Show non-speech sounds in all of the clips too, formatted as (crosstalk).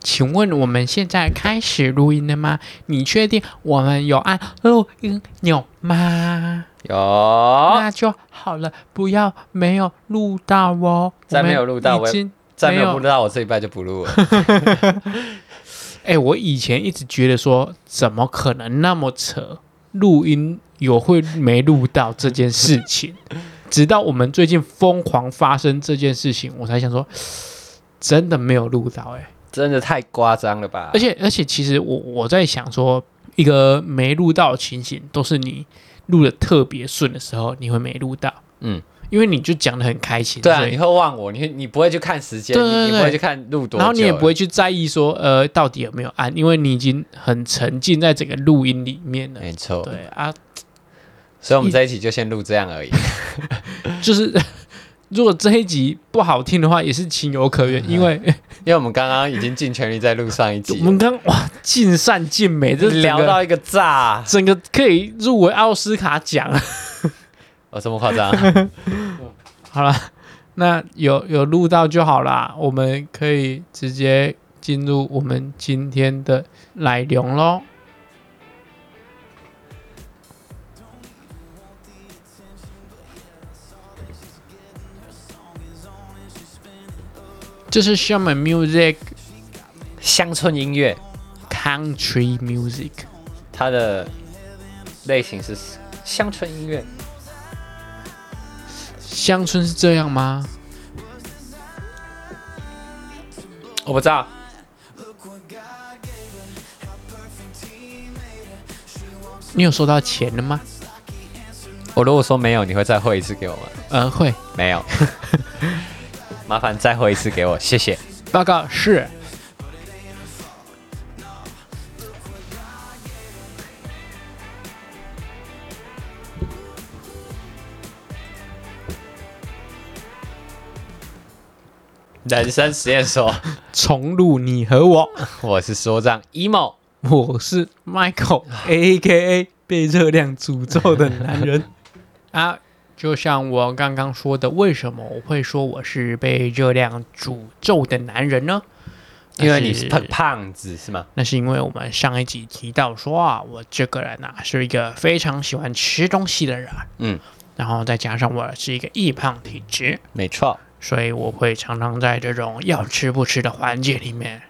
请问我们现在开始录音了吗？你确定我们有按录音钮吗？有，那就好了，不要没有录到哦。再没有录到我们已经再没没有有不知道，我这一拜就不录了。哎、我以前一直觉得说，怎么可能那么扯？录音有会没录到这件事 (laughs) 情，直到我们最近疯狂发生这件事情，我才想说，真的没有录到哎、 (laughs) 真的太夸张了吧而？且而且，其实我我在想说，一个没录到的情形，都是你录的特别顺的时候，你会没录到。嗯，因为你就讲的很开心， (laughs) 对啊，所以你会忘我，你你不会去看时间，对对你你对不会去看录多久，然后你也不会去在意说，呃，到底有没有按，因为你已经很沉浸在整个录音里面了。 (laughs) 没错。对啊，所以我们这一集就先录这样 (laughs) 而已。就是 (laughs) 如果这一集不好听的话，也是情有可哎原，因为因为我们刚刚已经尽全力在录上一我集们，刚哇尽善尽美，这整聊个到一个炸，整个可以入围奥斯卡奖。哦，这么夸张？好了，那有有录到就好啦，我们可以直接进入我们今天的奶龙喽。这是 Shaman Music (laughs) 乡村音乐， Country Music，它的类型是乡村音乐，乡村是这样吗？我不知道。你有收到钱了吗？我如果说没有，你会再汇一次给我吗？呃，会没 (laughs) 有，麻烦再汇一次给我，谢谢。报告是。人生实验所，重录你和我，我是说让 emo，我是 Michael A K A 被热量诅咒的男人 (laughs) 啊！就像我刚刚说的，为什么我会说我是被热量诅咒的男人呢？因为你是那胖胖子是吗？那是因为我们上一集提到说啊，我这个人啊是一个非常喜欢吃东西的人，嗯，然后再加上我是一个易胖体质，没错，所以我会常常在这种要吃不吃的环节里面，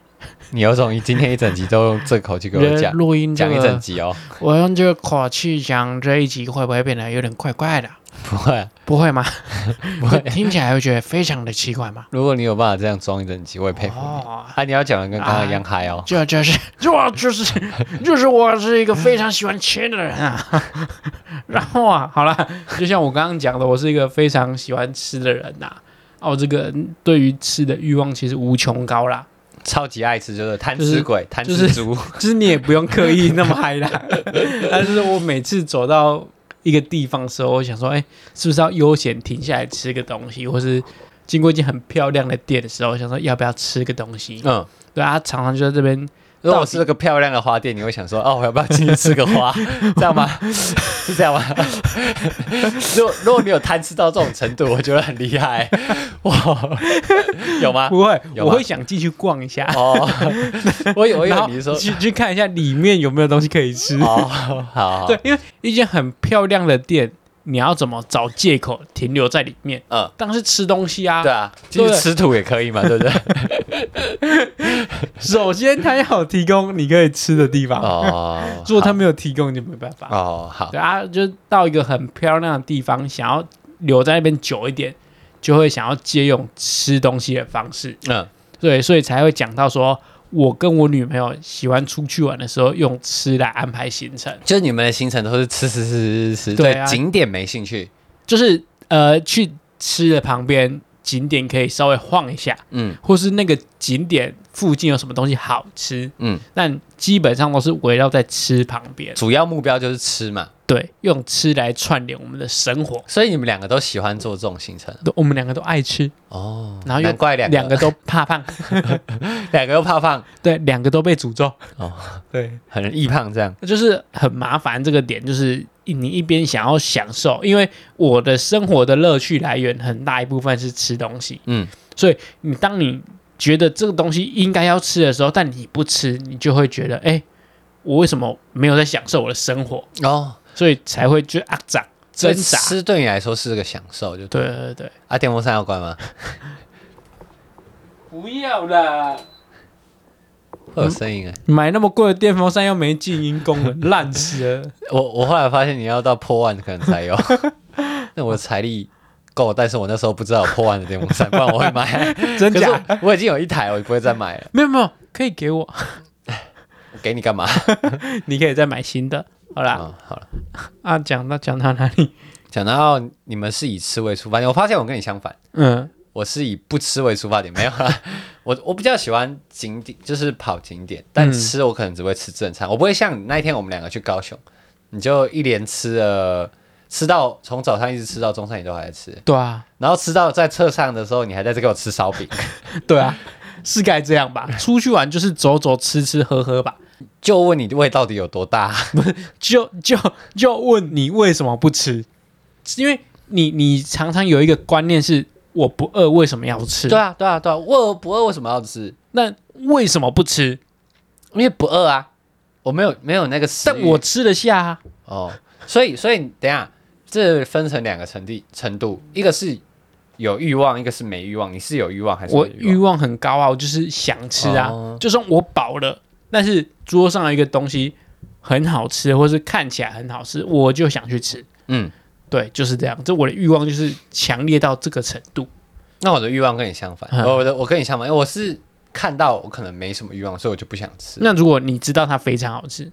你有种，你今天一整集都用这口气给我讲，录音这 (laughs) 讲个一整集哦，我用这个口气讲这一集会不会变得有点怪怪的？ (laughs) 不会。不会 (laughs) 吗？不会听起来会觉得非常的奇怪吗？如果你有办法这样装一整集，我也佩服你。哦，啊，你要讲的跟刚刚一样嗨哦，这就是，这就是，就是我是一个非常喜欢吃的人啊。 (laughs) 然后啊，好了，就像我刚刚讲的，我是一个非常喜欢吃的人呐、啊。我这个人对于吃的欲望其实无穷高啦，超级爱吃，就是贪就是吃鬼、贪就是吃猪。就是你也不用刻意那么嗨啦。 (laughs) 但是我每次走到一个地方的时候，我想说，哎、是不是要悠闲停下来吃个东西，或是经过一间很漂亮的店的时候，我想说要不要吃个东西？嗯，对啊，常常就在这边，如果是个漂亮的花店，你会想说，哦，我要不要进去吃个 (laughs) 花？这样吗？是这样吗？如果如果你有贪吃到这种程度，我觉得很厉害。哇，有 (laughs) 吗？不会，有我吗会想进去逛一下，哦， (laughs) 我以我以然为后你是说，去去看一下里面有没有东西可以吃。 (laughs) 哦，好好，对，，因为一间很漂亮的店，你要怎么找借口停留在里面？嗯，当然是吃东西啊。对啊，进去吃土也 (laughs) 可以嘛，对不对？首先他要有提供你可以吃的地方，哦，如果他没有提供，你就没办法。哦好，对啊，就到一个很漂亮的地方，想要留在那边久一点，就会想要借用吃东西的方式，嗯，对，所以才会讲到说，我跟我女朋友喜欢出去玩的时候，用吃来安排行程，就是你们的行程都是吃吃吃吃吃，对对啊景点没兴趣，就是呃，去吃的旁边景点可以稍微晃一下，嗯或是那个景点附近有什么东西好吃，嗯，但基本上都是围绕在吃旁边，主要目标就是吃嘛，对，用吃来串联我们的生活。所以你们两个都喜欢做这种行程都我们两个都爱吃，哦，然后又难怪两两个都怕 (laughs) 胖，两个又怕胖，对，两个都被诅咒。哦，对，很易胖这样，就是是很麻烦这个点，就是你一边想要享受，因为我的生活的乐趣来源很大一部分是吃东西，嗯，所以你当你觉得这个东西应该要吃的时候，但你不吃，你就会觉得，哎、我为什么没有在享受我的生活？哦，所以才会就啊长挣这扎。吃对你来说是个享受，就对。对对对，啊，电风扇要关吗？不要啦！嗯会有声音哎、买那么贵的电风扇又没静音功能，烂死 (laughs) 了。我我后来发现你要到破万可能才有， (laughs) 那我的财力够，但是我那时候不知道有破万的电风扇，不然我会买。 (laughs) 真假可是我我已经有一台，我不会再买了。没有没有，可以给我， (laughs) 我给你干嘛？你可以再买新的。好啦，嗯，好了，啊，讲到讲到哪里？ (laughs) 讲到你们是以吃为出发点，我发现我跟你相反，嗯，我是以不吃为出发点，没有啦。 (laughs) 我我比较喜欢景点，就是跑景点，但嗯吃我可能只会吃正餐，我不会像你那一天我们两个去高雄，你就一连吃了，吃到从早上一直吃到中餐，你都还在吃，对啊，然后吃到在车上的时候，你还在这给我吃烧饼， (laughs) 对啊， (laughs) 是该这样吧？出去玩就是走走、吃吃喝喝吧。就问你胃到底有多大？就就就问你为什么不吃？因为你你常常有一个观念是我不饿，为什么要吃？对啊，对啊，对啊，饿不饿为什么要吃？那为什么不吃？因为不饿啊，我没有没有那个食欲，但我吃得下啊。哦，所以所以等一下这分成两个程地程度，一个是有欲望，一个是没欲望。你是有欲望还是我没欲欲望很高啊，我就是想吃啊。哦就算我饱了，但是桌上有一个东西很好吃，或是看起来很好吃，我就想去吃。嗯，对，就是这样。这我的欲望就是强烈到这个程度。那我的欲望跟你相反，嗯我的我跟你相反，因为我是看到我可能没什么欲望，所以我就不想吃。那如果你知道它非常好吃，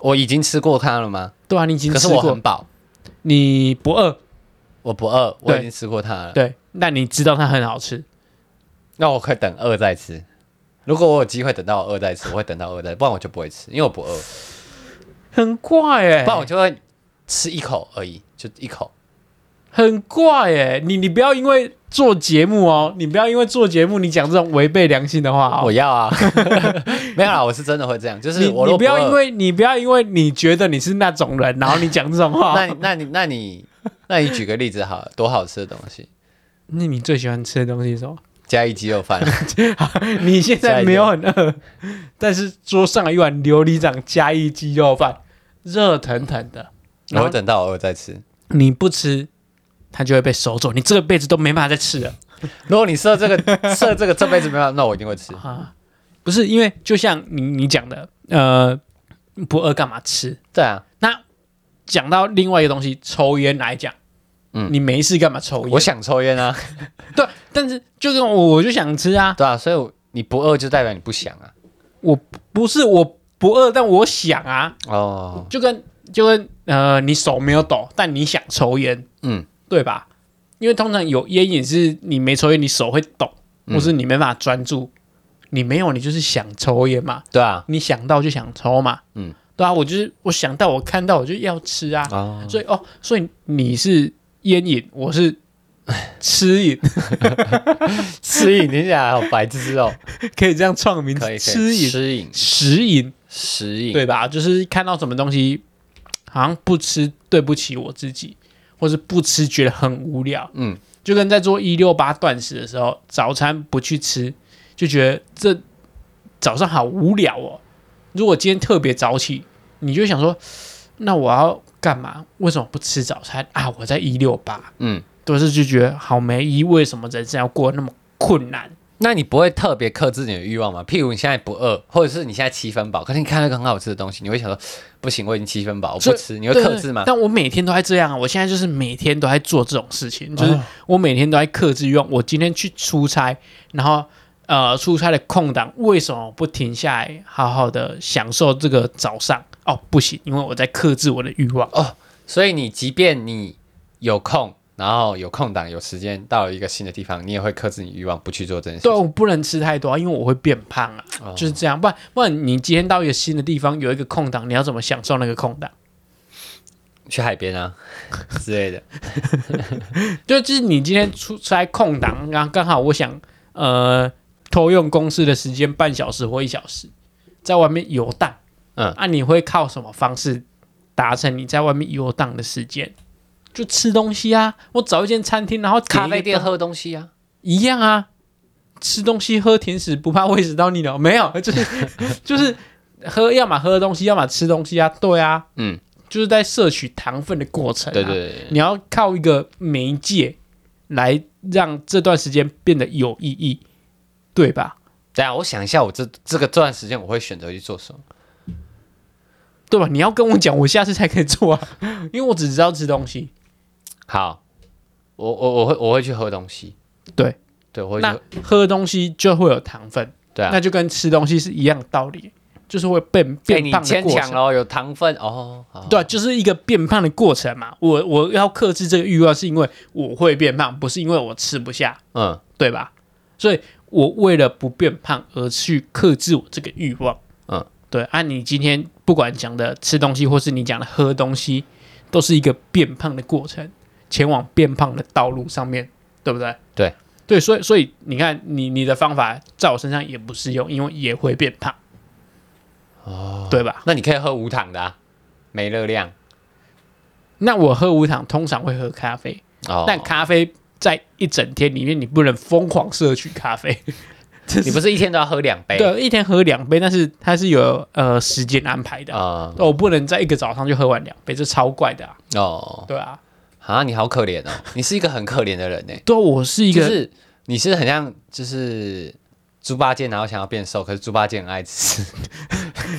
我已经吃过它了吗？对啊，你已经可是吃我过很，饱，你不饿，我不饿，对我已经吃过它了。对，那你知道它很好吃，那我可以等饿再吃。如果我有机会等到我饿再吃，我会等到饿再，不然我就不会吃，因为我不饿，很怪哎、不然我就会吃一口而已，就一口。很怪哎、你你不要因为做节目哦，你不要因为做节目你讲这种违背良心的话哦。我要啊， (laughs) 没有啦，我是真的会这样，就是你我你如果不要饿因为你不要因为你觉得你是那种人，然后你讲这种话。 (laughs) 那你那你那你那你举个例子好了，多好吃的东西，那你最喜欢吃的东西是什 (laughs) 么？加一鸡肉饭，你现在没有很饿， (laughs) 但是桌上有一碗琉璃掌加一鸡肉饭，热腾腾的，我然会后等到我饿再吃。你不吃，它就会被收走，你这辈子都没办法再吃了如果你设这个设这个这辈子没办法，那我一定会吃。啊！不是因为就像你你讲的，呃，不饿干嘛吃？对啊，讲到另外一个东西，抽烟来讲，嗯你没事干嘛抽烟？我想抽烟啊，对，但是就是我我就想吃啊，对啊，所以我你不饿就代表你不想啊。不是我不饿，但我想啊，哦，就跟就跟呃，你手没有抖，但你想抽烟，嗯，对吧？因为通常有烟瘾是你没抽烟，你手会抖，嗯或是你没办法专注。你没有，你就是想抽烟嘛，对啊，你想到就想抽嘛，嗯，对啊，我就是我想到我看到我就要吃啊，哦，所以哦，所以你是烟瘾，我是 (laughs) 吃瘾，吃瘾，你起来好白痴哦，可以这样创名可以可字，以吃瘾、吃食瘾瘾，食瘾，对吧？就是看到什么东西，好像不吃对不起我自己，或是不吃觉得很无聊，嗯，就跟在做一六八断食的时候，早餐不去吃，就觉得这早上好无聊哦。如果今天特别早起，你就会想说，那我要干嘛？为什么不吃早餐啊？我在一六八，嗯，都是就觉得好没意义，为什么人生要过得那么困难？那你不会特别克制你的欲望吗？譬如你现在不饿，或者是你现在七分饱，可是你看到一个很好吃的东西，你会想说不行，我已经七分饱，我所不以吃，你会克制对吗？但我每天都在这样啊！我现在就是每天都在做这种事情，就是我每天都在克制欲望。我今天去出差，然后呃，出差的空档为什么不停下来，好好的享受这个早上？哦，不行，因为我在克制我的欲望。所以你即便你有空，然后有空档、有时间到了一个新的地方，你也会克制你欲望，不去做这件事对啊，情。我不能吃太多啊，因为我会变胖啊，哦就是这样。不然不然，你今天到一个新的地方，有一个空档，你要怎么享受那个空档？去海边啊 (laughs) 之 (laughs) 类的。就就是你今天出差空档，然后刚好我想呃偷用公司的时间半小时或一小时，在外面游荡，嗯啊，你会靠什么方式达成你在外面游荡的时间？就吃东西啊，我找一间餐厅，然后点一咖个啡店东喝东西啊，一样啊，吃东西喝甜食不怕喂食到逆流，没有， (laughs) 就是就是喝，要么喝东西，要么吃东西啊，对啊，嗯，就是在摄取糖分的过程、啊，对对对，你要靠一个媒介来让这段时间变得有意义，对吧？等一下我想一下，我这这个这段时间我会选择去做什么？对吧？你要跟我讲，我下次才可以做啊， (laughs) 因为我只知道吃东西。好，我我我会我会去喝东西，对对，我会去那喝喝东西就会有糖分，对啊那。就跟吃东西是一样的道理，就是会变变被哎你胖的牵过强程。了，有糖分哦。好对啊，就是一个变胖的过程嘛。我我要克制这个欲望，是因为我会变胖，不是因为我吃不下，嗯，对吧？所以我为了不变胖而去克制我这个欲望。嗯，对。啊，你今天不管讲的吃东西，或是你讲的喝东西，都是一个变胖的过程，前往变胖的道路上面，对不对？对对，所以所以你看，你你的方法在我身上也不适用，因为也会变胖。哦，对吧？那你可以喝无糖的、啊，没热量那我喝无糖，通常会喝咖啡。哦。但咖啡在一整天里面，你不能疯狂摄取咖啡。这你不是一天都要喝两杯？对，啊一天喝两杯，但是它是有呃时间安排的。哦啊、我不能在一个早上就喝完两杯，这超怪的、啊。哦对啊，啊，你好可怜哦，你是一个很可怜的人呢。对啊，我是一就个、是你是很像就是猪八戒，然后想要变瘦，可是猪八戒很爱吃，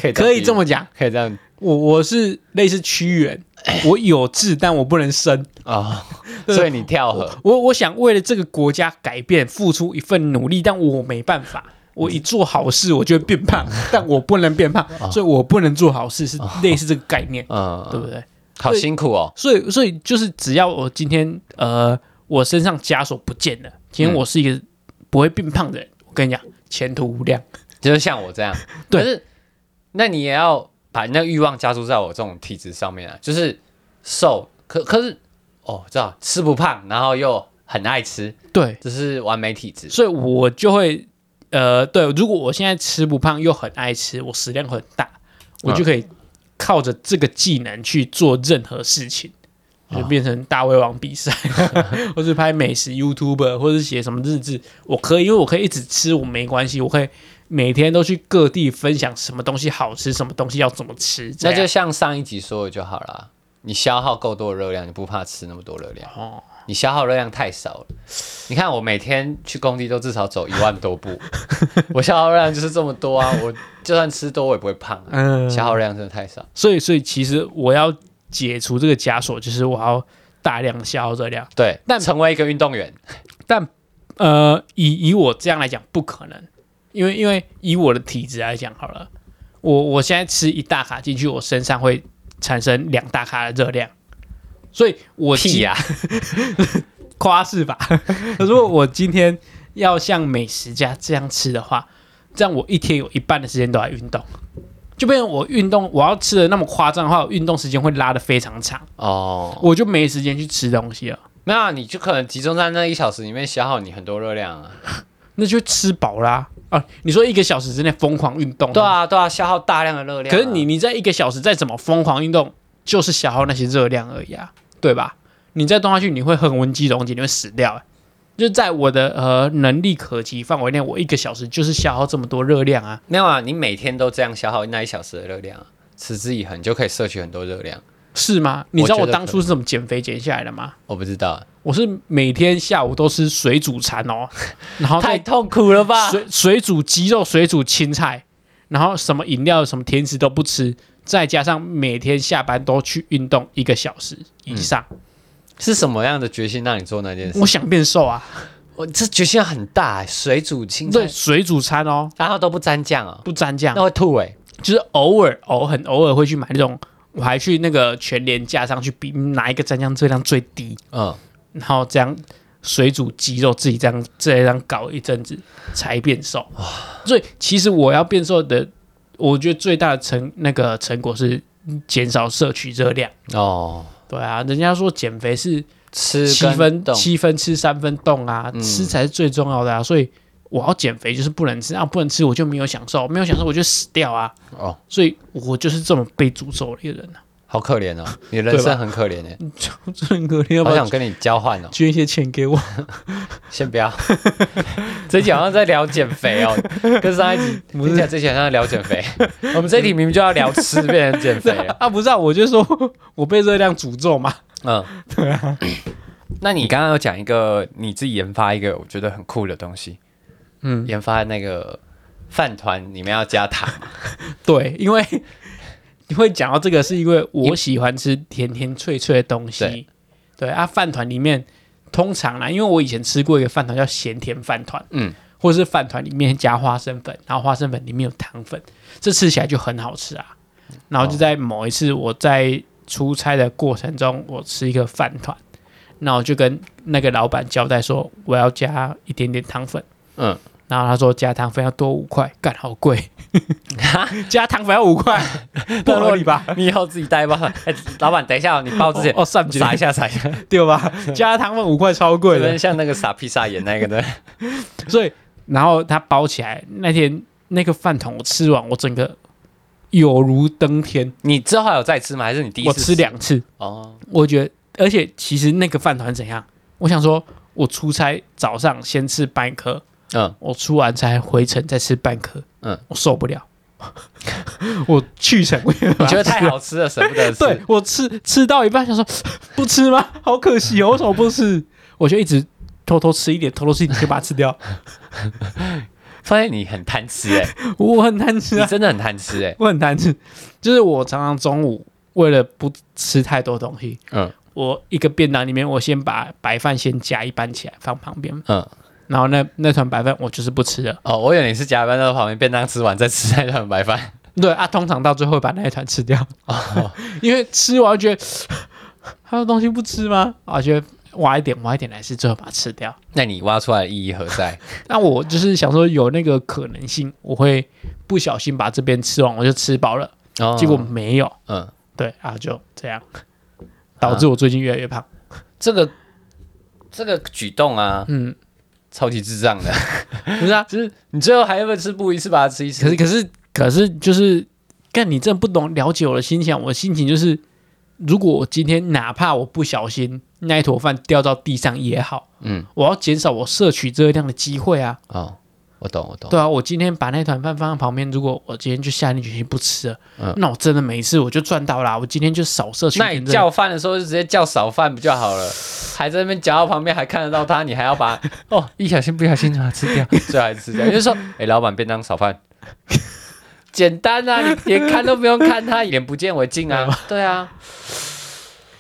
可以可以这么么讲，可以这样我我是类似屈原，哎我有志，但我不能伸。哦，所以你跳河我我想为了这个国家改变付出一份努力，但我没办法。嗯我一做好事，我就会变胖，但我不能 (laughs) 变胖，哦所以我不能做好事，是类似这个概念，对嗯，不对？好辛苦哦，所以，所以就是只要我今天呃，我身上枷锁不见了，今天我是一个不会变胖的人，我跟你讲，前途无量。就是像我这样， (laughs) 对可是那你也要把那个欲望加注在我这种体质上面啊，就是瘦，可可是哦，知道吃不胖，然后又很爱吃，对，这是完美体质。所以我就会呃，对，如果我现在吃不胖又很爱吃，我食量很啊大，我就可以靠着这个技能去做任何事情。啊就变成大胃王比 (laughs) 赛，或是拍美食 YouTube，或是写什么日志，我可以，因为我可以一直吃，我没关系，我可以每天都去各地分享什么东西好吃，什么东西要怎么吃，这那样就像上一集说的就好啦，你消耗够多的热量，你不怕吃那么多热量。哦你消耗热量太少了。你看我每天去工地都至少走一万多步， (laughs) 我消耗热量就是这么多啊。我就算吃多，我也不会胖、啊。嗯，消耗热量真的太少。所以所以其实我要解除这个枷锁，就是我要大量的消耗热量，对，但成为一个运动员，但呃，以以我这样来讲不可能，因为因为以我的体质来讲好了，我我现在吃一大卡进去，我身上会产生两大卡的热量，所以我屁今呀、夸是吧？ (laughs) 如果我今天要像美食家这样吃的话，这样我一天有一半的时间都在运动，就变成我运动，我要吃的那么夸张的话，我运动时间会拉得非常长，哦，我就没时间去吃东西了，那啊你就可能集中在那一小时里面消耗你很多热量啊。那就吃饱啦、啊！你说一个小时之内疯狂运动，对，啊，对啊，消耗大量的热量啊、嗯可是你你在一个小时再怎么疯狂运动，就是消耗那些热量而已啊，对吧？你再动下去，你会横纹肌溶解，你会死掉、欸。就在我的呃能力可及范围内，我一个小时就是消耗这么多热量啊。没有啊，你每天都这样消耗那一小时的热量、啊，持之以恒就可以摄取很多热量。是吗？你知道我我觉得当初是怎么减肥减下来的吗？我不知道啊，我是每天下午都吃水煮餐哦，然后太再痛苦了 (laughs) 吧？水水煮鸡肉、水煮青菜，然后什么饮料、什么甜食都不吃，再加上每天下班都去运动一个小时以上，是什么样的决心让你做那件事？我想变瘦啊。我这决心很大、欸水煮青对，菜，水煮餐哦，然后都不沾酱哦，不沾酱那，会吐哎、就是偶尔偶很偶尔会去买那种，我还去那个全联架上去比哪一个蘸酱热量最低，嗯，然后这样水煮鸡肉自己这样这样搞一阵子才变瘦。所以其实我要变瘦的，我觉得最大的成那个成果是减少摄取热量。哦，对啊，人家说减肥是吃七跟分动七分吃三分动啊，吃才是最重要的啊。所以我要减肥就是不能吃啊，不能吃我就没有享受，没有享受我就死掉啊。哦， (laughs) 所以我就是这么被诅咒的一个人啊。好可怜哦，你人对生吧很可怜哎，这很可怜，要不好要想跟你交换哦，捐一些钱给 (laughs) 我？先不要。 (laughs) 这集好像在聊减 (laughs) 肥哦，跟上一集不是听起来之前像在聊减肥，我们这一集明明就要聊吃变成减肥了。啊，不是啊，我就说我被热量诅咒嘛。嗯， (laughs) 对啊，那你刚刚有讲一个你自己研发一个我觉得很酷的东西，嗯，研发那个饭团里面要加糖， (laughs) 对，因为 (laughs) 你会讲到这个，是因为我喜欢吃甜甜脆脆的东西对。对啊，饭团里面通常啦，因为我以前吃过一个饭团叫咸甜饭团，嗯，或者是饭团里面加花生粉，然后花生粉里面有糖粉，这吃起来就很好吃啊。然后就在某一次我在出差的过程中，我吃一个饭团，那我就跟那个老板交代说我要加一点点糖粉，嗯，然后他说加糖粉要多五块，干好贵， (laughs) 加糖粉要五块， (laughs) 不合理吧？你以后自己带一包饭。哎，老板，等一下哦，你包之前哦，算不撒一下撒 (laughs) 一下， (laughs) 对吧？加糖粉五块超贵有的点，像那个撒披萨演那个的。所以然后它包起来那天那个饭桶我吃完，我整个有如登天。你之后还有再吃吗？还是你第一次我吃两次，哦，我觉得，而且其实那个饭团怎样？我想说，我出差早上先吃半颗，嗯， (laughs) 我出完差回程再吃半颗，嗯，我受不了， (laughs) 我去程我也你觉把它得太吃完好吃了，舍不得吃。啊 (laughs) 对我吃吃到一半想说 (laughs) 不吃吗？好可惜哦，为什么不吃？我就一直偷偷吃一点，偷偷吃一点就把它吃掉。发现你很贪吃哎、我很贪吃 (laughs) 你啊，真的很贪吃哎、我很贪吃，就是我常常中午为了不吃太多东西，嗯我一个便当里面我先把白饭先夹一半起来放旁边，嗯，然后那那团白饭我就是不吃了。哦，我以为你是加班到旁边便当吃完再吃那顿白饭。对啊，通常到最后会把那一团吃掉，哦 (laughs) 因为吃完觉得还有东西不吃吗？啊，觉得挖一点挖一点来吃，最后把它吃掉。 (laughs) 那你挖出来的意义何在？那我就是想说有那个可能性，我会不小心把这边吃完，我就吃饱了， (laughs) 哦结果没有。嗯，对啊，就这样，导致我最近越来越胖。这个这个举动啊，嗯，超级智 (laughs) 障的。不是啊，就是你最后还要不要吃不一次把它吃一次？可是可是可是就是，干你真的不懂了解我的心情。我的心情就是，如果我今天哪怕我不小心那一坨饭掉到地上也好，嗯，我要减少我摄取热量的机会啊。哦，我懂我懂。对啊，我今天把那团饭放在旁边，如果我今天就下定决心不吃了，嗯那我真的每一次我就赚到啦，我今天就少摄取一那点热你量。叫饭的时候就直接叫少饭不就好 (laughs) 了？还在那边夹到旁边，还看得到他，你还要 (laughs) 把哦一小心不小心把它吃掉， (laughs) 最后还吃掉。你就说，哎、老板便当少 (laughs) 饭，简单啊，你 (laughs) 连看都不用看他，眼不见为净啊。对啊，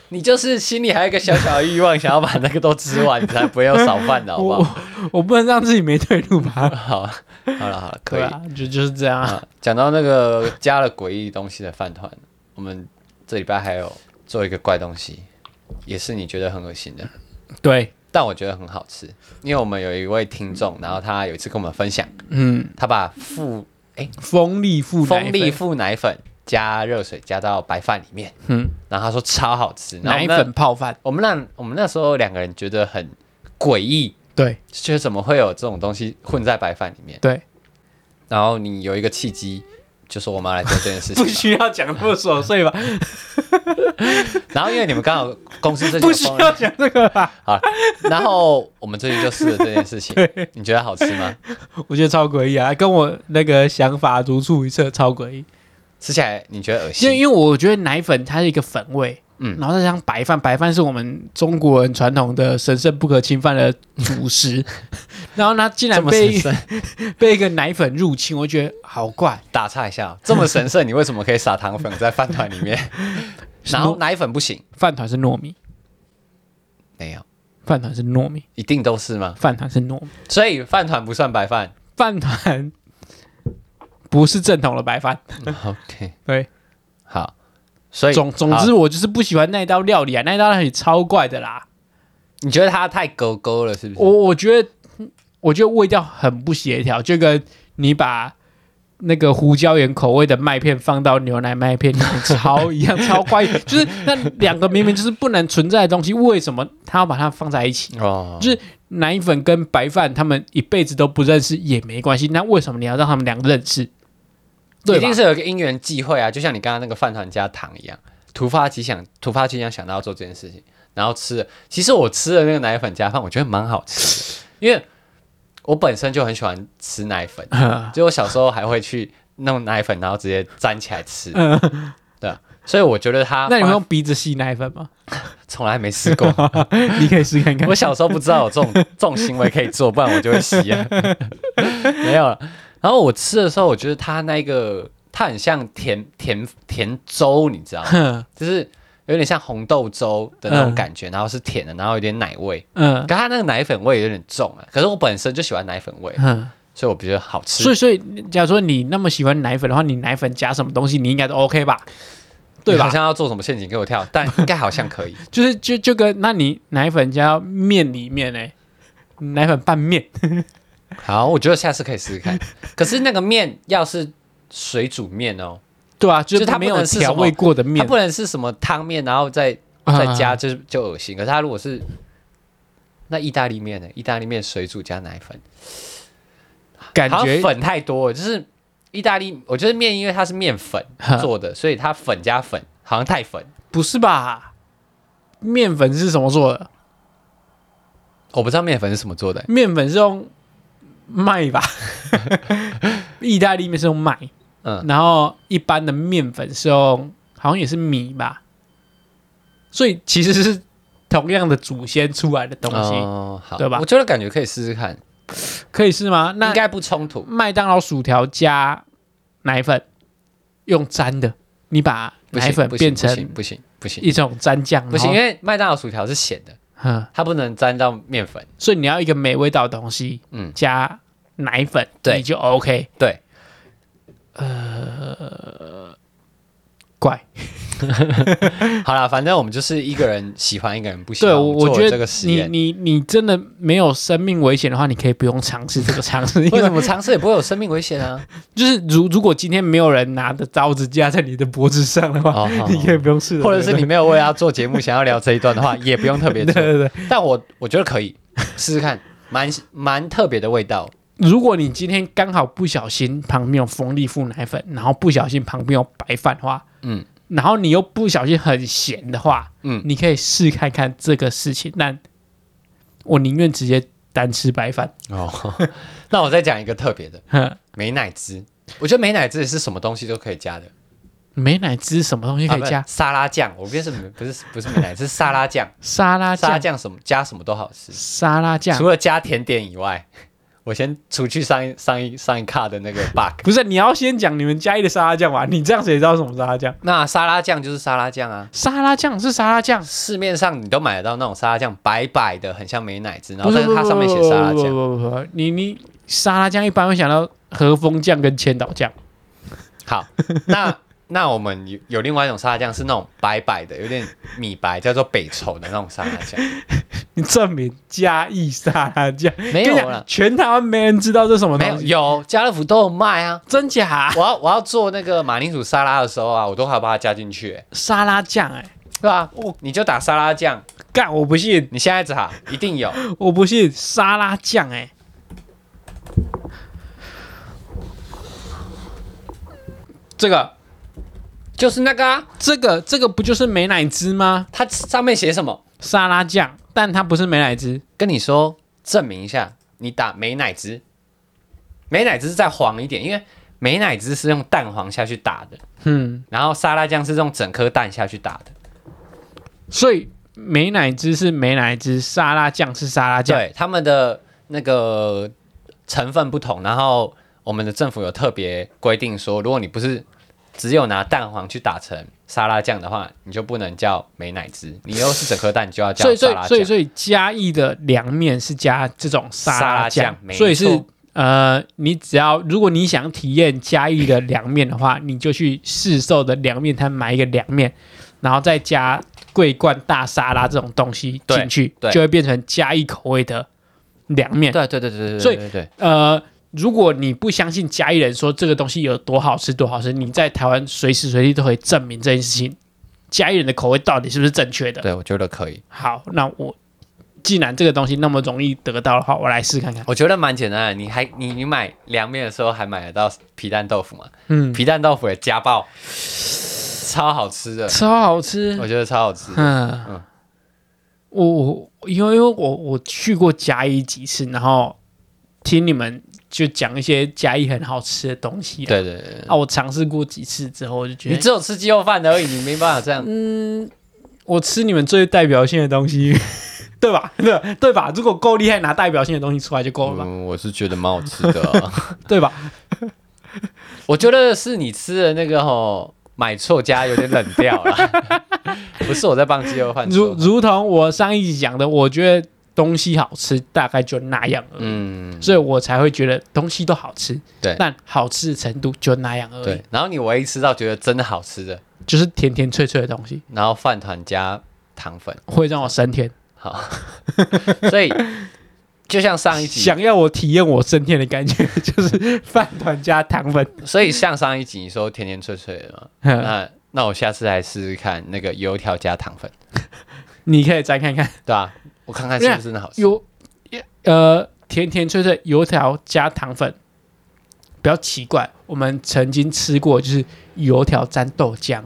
你就是心里还有一个小小的欲望，想要把那个都吃完，你才不会有少饭的好不我 (laughs) 好？我我不能让自己没退路吧？ (laughs) 好，好了好了，可对以。啊，就就是这样啊。啊，讲到那个加了诡异东西的饭团，我们这礼拜还有做一个怪东西，也是你觉得很恶心的，对，但我觉得很好吃，因为我们有一位听众，然后他有一次跟我们分享，嗯，他把富蜂蜜富奶蜂蜜粉富奶粉加热水加到白饭里面，嗯嗯，然后他说超好吃，然后我奶们那粉泡饭，我们那我们那时候两个人觉得很诡异，对觉得怎么会有这种东西混在白饭里面，对，然后你有一个契机，就说我们要来做这件事情不 (laughs) 吧。需要讲那么琐碎吧？然后因为你们刚好公司最近不有需放要讲 (laughs) 这个吧？好，然后我们最近就试了这件事情，你觉得好吃吗？ (laughs) 我觉得超诡异啊，跟我那个想法如出一辙，超诡异。吃起来你觉得恶因为心？因为我觉得奶粉它是一个粉味，嗯嗯，然后再加上白饭，白饭是我们中国人传统的神圣不可侵犯的主 (laughs) 食，然后它竟这然么被神圣， (laughs) 被一个奶粉入侵，我觉得好怪。打岔一下哦，这么神圣，你为什么可以撒糖粉在饭团里 (laughs) 面？然后奶粉不行？饭团是糯米，没有，饭团是糯米，一定都是吗？饭团是糯米，所以饭团不算白饭。饭团不是正统的白饭。 (laughs) OK，嗯对，好，所以总总之好我就是不喜欢那一道料理啊，那一道料理超怪的啦。你觉得它太勾勾了，是不我是？我觉得我觉得味道很不协调，就跟你把那个胡椒盐口味的麦片放到牛奶麦片里面超一样，超怪。就是那两个明明就是不能存在的东西，为什么他要把它放在一起？哦就是奶粉跟白饭，他们一辈子都不认识也没关系，那为什么你要让他们 (laughs) 俩认识？对一吧定？是有一个因缘际会啊，就像你刚刚那个饭团加糖一样，突发奇想，突发奇想想到要做这件事情，然后吃了。其实我吃了那个奶粉加饭，我觉得蛮好吃的， (laughs) 因为我本身就很喜欢吃奶粉，就我小时候还会去弄奶粉，然后直接粘起来吃。对啊，所以我觉得嗯它那你们用鼻子吸奶粉吗？从来没试过。你 (laughs) 可以试看看 (laughs) 我。小时候不知道 (laughs) 有这种这种行为可以做，不然我就会吸了。 (laughs) 没有了。然后我吃的时候，我觉得它那个它很像甜甜甜粥，你 (laughs) 知道吗？哼就是有点像红豆粥的那种感觉，然后是甜的，然后有点奶味。嗯可它那个奶粉味有点重啊，可是我本身就喜欢奶粉味， (laughs) 嗯，所以我觉得好吃。所以所以，假如说你那么喜欢奶粉的话，你奶粉加什么东西，你应该都 OK 吧？对你吧好？像要做什么陷阱给我跳，但应该好像可以。就是就就跟那你奶粉加面里面呢、奶粉拌面，好，我觉得下次可以试试看。可是那个面要是水煮面哦，对啊，就就是它没有不能是调味什么过的它面，不能是什么汤面，然后再啊再加就是就恶心。可是它如果是那意大利面呢？意大利面水煮加奶粉，感好像觉粉太多了，就是意大利，我觉得面因为它是面粉哈做的，所以它粉加粉好像太粉，不是吧？面粉是什么做的？我不知道面粉是什么做的、面粉是用麦 (laughs) 吧？意大利面是用麦，嗯，然后一般的面粉是用好像也是米吧，所以其实是同样的祖先出来的东西，哦、好，对吧我觉得感觉可以试试看，可以是吗？那应该不冲突。麦当劳薯条加奶粉用沾的，你把不行奶粉不变行不成嗯哦行不行不行一种蘸酱，不行，因然后，为麦当劳薯条是咸的，嗯，它不能沾到面粉。所以你要一个没味道的东西，嗯加奶粉，对你就 OK，对，怪。好啦，反正我们就是一个人喜欢，一个人不喜对欢。我，们做我了觉这得个实你验，你你真的没有生命危险的话，你可以不用尝试这个尝 (laughs) 试，因为为什么尝试也不会有生命危 (laughs) 险啊？就是如如果今天没有人拿着刀子架在你的脖子上的话，哦好你可以不用试了，或者是对你没有为他做节目想要聊这一段的话，也不用特别对做。对对对。但我我觉得可以试试看，蛮蛮特别的味道。如果你今天刚好不小心旁边有蜂蜜富奶粉，然后不小心旁边有白饭的话，嗯，然后你又不小心很咸的话，嗯你可以试看看这个事情。但我宁愿直接单吃白饭，哦， (laughs) 那我再讲一个特别的哼，美乃滋。我觉得美乃滋是什么东西都可以加的，美乃滋什么东西可以加？啊不是沙拉酱。我不是不是不是美乃滋，是沙 (laughs) 拉酱，沙拉沙拉啊酱，酱什么加什么都好吃，沙拉酱。除了加甜点以外。我先除去上一上一上一卡的那个 bug。不是，你要先讲你们嘉义的沙拉酱吧？你这样谁知道什么沙拉酱？那沙拉酱就是沙拉酱啊，沙拉酱是沙拉酱，市面上你都买得到那种沙拉酱，白白的，很像美乃滋，然不后是但是它上面写沙拉不不酱。不不不不，你你沙拉酱一般会想到和风酱跟千岛酱，好， (laughs) 那那我们有有另外一种沙拉酱是那种白白的，有点米白，叫做北丑的那种沙拉 (laughs) 酱。你证明嘉义沙拉酱没有跟你啦讲全台湾没人知道这是什么没有东西，有家乐福都有卖啊。真假、我要我要做那个马铃薯沙拉的时候啊，我都还要把它加进去、欸沙拉酱哎、对啊，你就打沙拉酱，干我不信，你现在打一定有。我不信沙拉酱哎、这个就是那个啊，这个这个不就是美乃滋吗？它上面写什么？沙拉酱，但它不是美乃滋。跟你说，证明一下，你打美乃滋，美乃滋再黄一点，因为美乃滋是用蛋黄下去打的，嗯，然后沙拉酱是用整颗蛋下去打的。所以美乃滋是美乃滋，沙拉酱是沙拉酱。对，他们的那个成分不同，然后我们的政府有特别规定说，如果你不是只有拿蛋黄去打成沙拉酱的话，你就不能叫美乃滋，你又是整颗蛋，你就要所以，叫所以，沙拉所以，酱。所以嘉义的凉面是加这种沙拉沙拉酱酱没，错所以是呃，你只要如果你想体验嘉义的凉面的话，你就去市售的凉面摊买一个凉面，然后再加桂冠大沙拉这种东西对进去对，就会变成嘉义口味的凉面。对对对对对，所以对对呃，如果你不相信嘉义人说这个东西有多好吃多好吃，你在台湾随时随地都可以证明这件事情，嘉义人的口味到底是不是正确的。对，我觉得可以，好，那我既然这个东西那么容易得到的话，我来试看看。我觉得蛮简单的。你还你你买凉面的时候还买得到皮蛋豆腐吗？嗯，皮蛋豆腐也加爆，超好吃的，超好吃我。觉得超好吃。嗯嗯，我我因为因为我我去过嘉义几次，然后听你们就讲一些嘉义很好吃的东西啦。对对对，啊，我尝试过几次之后，我就觉你得只有吃鸡肉饭而已，你没办法这样。我吃你们最代表性的东西， (laughs) 对吧？对对吧？如果够厉害，拿代表性的东西出来就够了吧？嗯，我是觉得蛮好吃的啊、对吧？ (laughs) 我觉得是你吃的那个吼买错家有点冷掉 (laughs) 了，不是我在帮鸡肉饭如说话。如同我上一集讲的，我觉得东西好吃大概就那样而已，嗯，所以我才会觉得东西都好吃，对但好吃的程度就那样而已对，。然后你唯一吃到觉得真的好吃的，就是甜甜脆脆的东西然后饭团加糖粉，会让我升天，好，所以就像上一集，想要我体验我升天的感觉， (laughs) 就是饭团加糖粉。所以像上一集你说甜甜脆脆的嘛， (laughs) 嗯那那我下次来试试看那个油条加糖粉，你可以再看看对吧、我看看是不是真的好吃。啊油，呃，甜甜脆脆油条加糖粉，比较奇怪。我们曾经吃过，就是油条沾豆浆，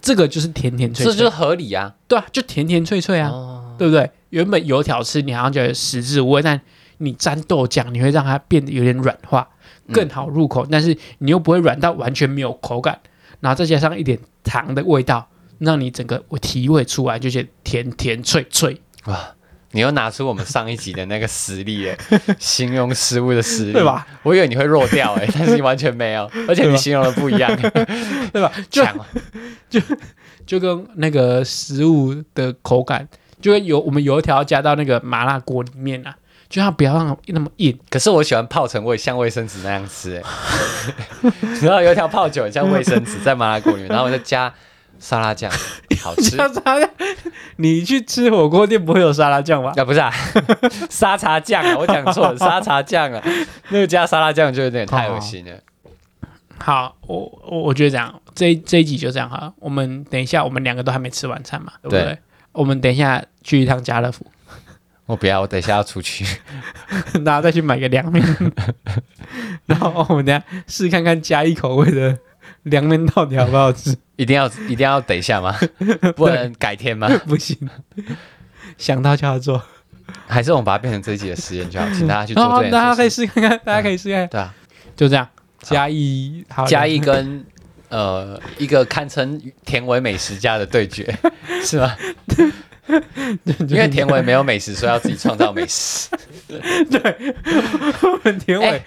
这个就是甜甜脆这脆，就是合理啊！对啊，就甜甜脆脆啊，哦对不对？原本油条吃你好像觉得食之无味，但你沾豆浆，你会让它变得有点软化，嗯更好入口，但是你又不会软到完全没有口感，然后再加上一点糖的味道，让你整个提味出来，就是甜甜脆脆。哇，你又拿出我们上一集的那个实力 (laughs) 耶，形容食物的实力，对吧？我以为你会弱掉 (laughs) 哎，但是你完全没有，而且对吧你形容的不一样， (laughs) 对啊吧？就强啊就跟那个食物的口感，就跟油我们油条加到那个麻辣锅里面啊，就它不要让那么 (laughs) 硬，可是我喜欢泡成卫像卫生纸那样吃、欸， (laughs) 然后有一条泡酒很像卫生纸在麻辣锅里面，然后我再加沙拉酱，好吃加沙拉。你去吃火锅店不会有沙拉酱吧？啊不是啊， (laughs) 沙茶酱啊，我讲 (laughs) 错了，沙茶酱啊，那个加沙拉酱就有点太恶心哦了。好，我我我觉得这样，这一这一集就这样哈。我们等一下，我们两个都还没吃晚餐嘛，对不对？对我们等一下去一趟家乐福， (laughs) 我不要，我等一下要出去。 (laughs) 然后再去买个凉面， (laughs) 然后我们等一下试看看加一口味的凉面到底好不好吃。一定要一定要等一下 (laughs) 吗？不能改天吗？不行，想到就要做。还是我们把它变成这一集的实验就好，请大家去做好大这件哦家可事以情。试看看，大家可以试看看，对啊，就这样。加一，好嘉义跟呃一个堪称田尾美食家的对决 (laughs) (laughs) 是吗？因为田尾没有美食，所以要自己创造美 (laughs) 食。很田尾，哎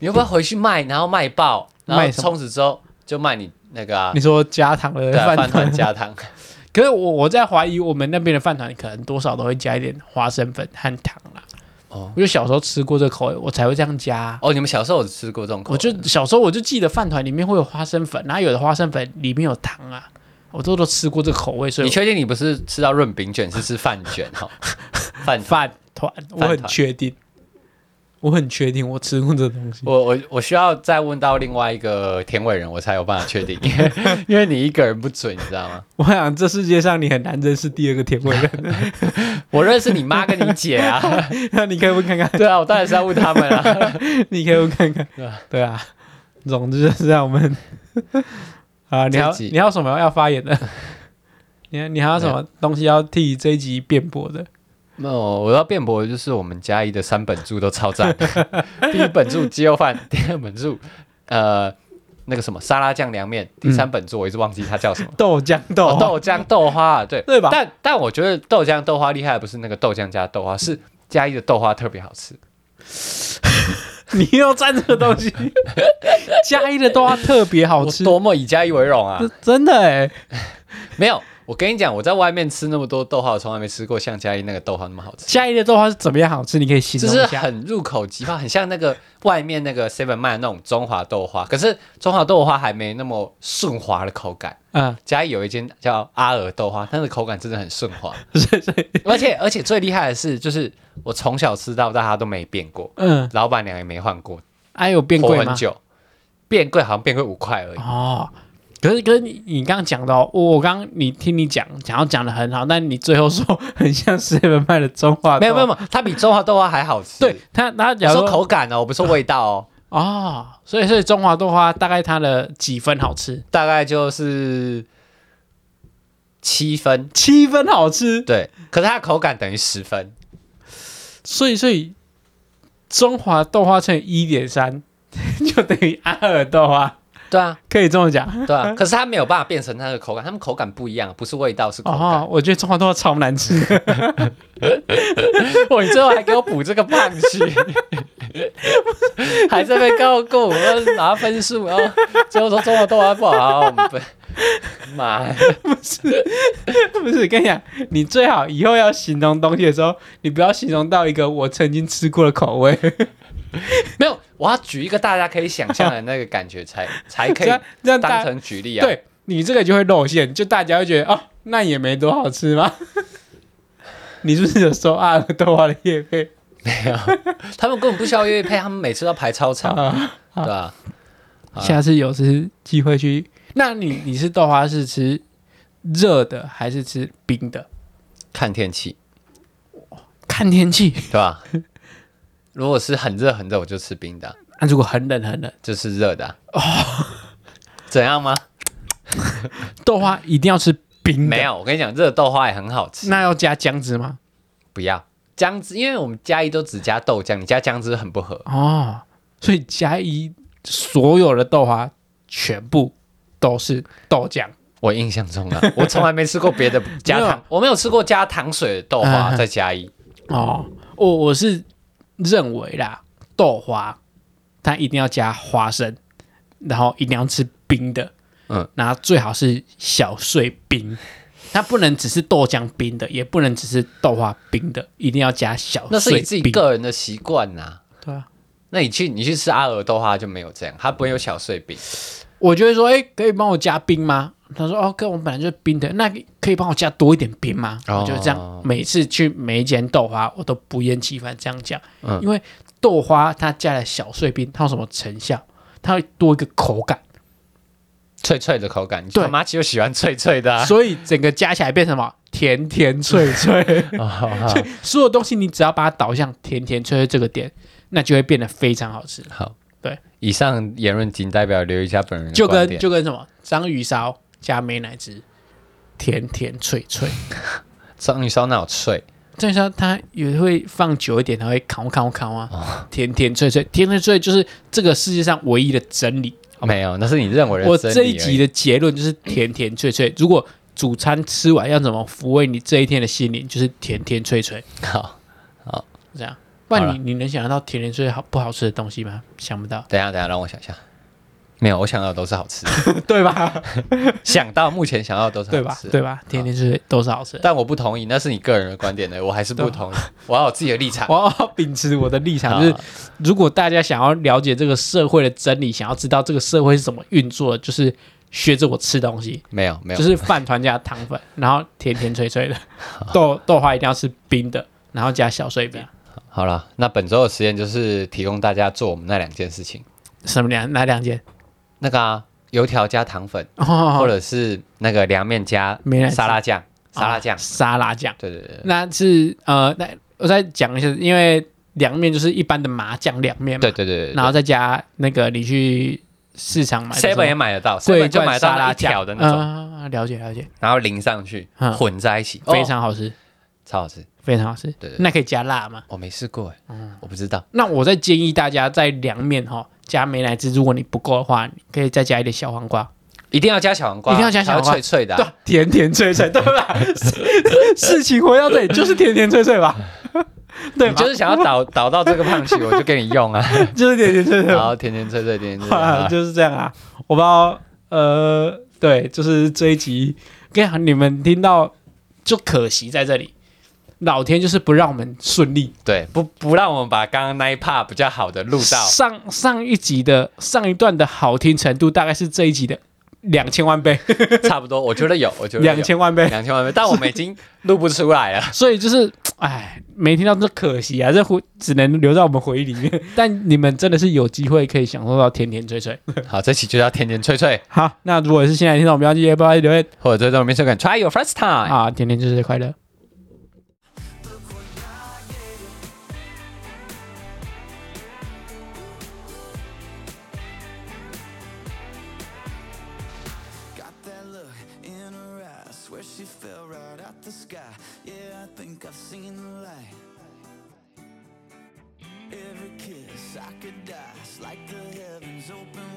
你要不要回去卖，然后卖爆，然后卖什么从此之后就卖你那个啊你，说加糖的对啊，饭饭团团，加汤。可是我我在怀疑我们那边的饭团可能多少都会加一点花生粉和糖啦。哦我就小时候吃过这口味，我才会这样加啊。哦，你们小时候有吃过这种口味？我就小时候我就记得饭团里面会有花生粉，然后有的花生粉里面有糖啊，我都都吃过这口味，所以你我确定你不是吃到润饼卷，是吃饭 (laughs) 卷哈？饭团。饭团我很团确定，我很确定我吃过这东西。我我我需要再问到另外一个田尾人，我才有办法确定，因为因为你一个人不准，你知道吗？我想这世界上你很难认识第二个甜味 (laughs) 人，我认识你妈跟你姐啊， (laughs) 那你可以问看看，对啊，我当然是要问他们啊。 (laughs) 你可以问看看 (laughs) 对啊，对啊，总之就是让我们 (laughs) 啊，你要这一集你要什么要发言 (laughs) 的？你你还有什么东西要替这一集辩驳的？那我我要辩驳，就是我们嘉义的三本柱都超赞，第一本柱鸡肉饭，第二本柱呃那个什么沙拉酱凉面，第三本柱我一直忘记它叫什么。豆浆嗯豆哦豆浆豆花，啊对对吧但但我觉得豆浆豆花厉害，的不是那个豆浆加豆花，是嘉义的豆花特别好吃。你又沾这个东 (laughs) 西，嘉义的豆花特别好吃我，多么以嘉义为荣啊！这真的哎，没有，我跟你讲，我在外面吃那么多豆花，我从来没吃过像嘉义那个豆花那么好吃，嘉义的豆花是怎么样好吃？你可以形就容是一下。很入口即化，很像那个外面那个 Seven 卖的那种中华豆花，可是中华豆花还没那么顺滑的口感。嗯，嘉义有一间叫阿尔豆花，它的口感真的很顺滑， (laughs) 是是，而且而且最厉害的是，就是我从小吃到大，它都没变过，嗯，老板娘也没换过，哎有变活贵吗很？久，变贵好像变贵五块而已。哦，可是可是你你刚刚讲的、哦，我我刚刚你听你讲，想要讲的很好，但你最后说很像 seven 卖的中华豆，没有没有没有，它比中华豆花还好吃。对，他他我讲说口感哦，我不是味道 (laughs) 哦。哦，所以所以中华豆花大概它的几分好吃？大概就是七分，七分好吃，对，可是它的口感等于十分，所以所以中华豆花乘以一点三 (laughs) 就等于阿尔豆花，对啊，可以这么讲。对 (laughs) 啊，可是它没有办法变成它的口感，它们口感不一样，不是味道，是口感。哦，我觉得中华豆花超难吃， (laughs) 我最后还给我补这个胖去， (laughs) 还在被告跟我们拿分数，然后最后说中国豆花不好，我们不，妈呀， (laughs) 不是？跟你讲，你最好以后要形容东西的时候，你不要形容到一个我曾经吃过的口味，没有，我要举一个大家可以想象的那个感 (laughs) 觉才才可这以样这样当大成举例啊。，对你这个就会露馅，就大家会觉得哦，那也没多好吃嘛。 (laughs) 你是不是有收阿尔豆花的叶配？他们根本不需要乐配，他们每次都排超长，啊，对吧、啊下次有是机会去。那你你是豆花是吃热的还是吃冰的？看天气，看天气。对 (laughs) 吧、如果是很热很热，我就吃冰的啊、那、如果很冷很冷，就是热的啊、哦怎样吗？豆花一定要吃冰的。没，有，我跟你讲，热豆花也很好吃。那要加姜汁吗？不要姜汁，因为我们嘉义都只加豆浆，你加姜汁很不合。哦，所以加一所有的豆花全部都是豆浆。我印象 (laughs) 中啊，我从来没吃过别的加没糖有，我没有吃过加糖水的豆嗯花嗯在嘉义。哦，我我是认为啦，豆花它一定要加花生，然后一定要吃冰的，嗯，然后最好是小碎冰，它不能只是豆浆冰的，也不能只是豆花冰的，一定要加小碎冰。那是你自己个人的习惯呐。对啊，那你去你去吃阿尔豆花就没有这样，它不会有小碎冰。我就会说，哎、可以帮我加冰吗？他说，哦，哥，我们本来就是冰的，那可以帮我加多一点冰吗？哦我就这样，每次去每一间豆花，我都不厌其烦这样讲，嗯因为豆花它加了小碎冰，它有什么成效？它会多一个口感，脆脆的口感，你对妈就喜欢脆脆 (laughs) 的、啊。所以整个加起来变成什么？甜甜脆 (laughs) 脆，好所有东西你只要把它导向甜甜脆脆这个点，那就会变得非常好吃。好，对， (laughs) 以上言论仅代表刘一家本人的就观跟点。就跟什么章鱼烧加美乃滋，甜甜脆脆。章鱼烧哪有脆？正烧它也会放久一点，它会烤烤烤啊，甜甜脆脆，甜甜脆脆就是这个世界上唯一的真理。没有，那是你认为的哦我真这理一而集已的结论就是甜甜脆脆。如果主餐吃完要怎么抚慰你这一天的心灵，就是甜甜脆脆好，这样。不然好，你你能想得到甜甜脆脆好不好吃的东西吗？想不到等一下等一下，让我想一下。没有，我想到的都是 (laughs) 好吃的。对吧？想到目前想到的都是对好吧吃，？对吧？ (laughs) 甜甜脆脆都是好吃的。但我不同意，那是你个人的观点的，我还是不同意，我要有自己的立场。 (laughs) 我要秉持我的立场，啊就是如果大家想要了解这个社会的真理，想要知道这个社会是怎么运作的，就是学着我吃东西。没有没有，就是饭团加糖粉，然后甜甜脆 (laughs) 脆的豆豆花一定要是冰的，然后加小碎冰。好了，那本周的实验就是提供大家做我们那两件事情，什么两哪两件？那个啊，油条加糖粉，或哦，者是那个凉面加美乃滋沙拉酱，沙拉酱啊，沙拉酱。对对对那是呃，那我再讲一下，因为凉面就是一般的麻酱凉面嘛，对对对对然对后再加那个你去市场买的，seven 也什么买得到桂，seven 就冠买得沙到那拉一条酱的那种，啊，了解了解，然后淋上去嗯混在一起，非哦常好吃，超好吃，非常好吃对对。对那可以加辣吗？我没试过哎，嗯我不知道，那我再建议大家在凉面哈加美乃滋，如果你不够的话，你可以再加一点小黄瓜。一定要加小黄瓜，一定要加小黄瓜才会脆脆的啊对，甜甜脆脆，对 (laughs) 吧？事事情回到这里就是甜甜脆脆吧，对你吧就？是想要 (laughs) 导导到这个胖起，我就给你用 (laughs) 啊。就是甜甜脆脆然吧，后甜甜脆脆，甜甜脆 (laughs) 脆啊好。就是这样啊。我不知道，呃，对，就是这一集，跟你讲你们听到就可惜在这里，老天就是不让我们顺利。对，不不让我们把刚刚那一 part 比较好的录到。上上一集的上一段的好听程度，大概是这一集的两千万倍，差不多，我觉得有，我觉得有两千万倍。两千万倍，但我们已经录不出来 (laughs) 了。所以就是，哎，没听到这可惜啊，这回只能留在我们回忆里面。但你们真的是有机会可以享受到甜甜脆脆。好，这期就叫甜甜脆脆，好，那如果是现在听到，我们要记得不要留言或者最终面试感 try your first time。啊，甜甜脆脆快乐。 Got that look in her eyes, swear she she fell right out the sky. Yeah, I think I've seen the light. Every kiss I could die, it's like the heavens open Oh,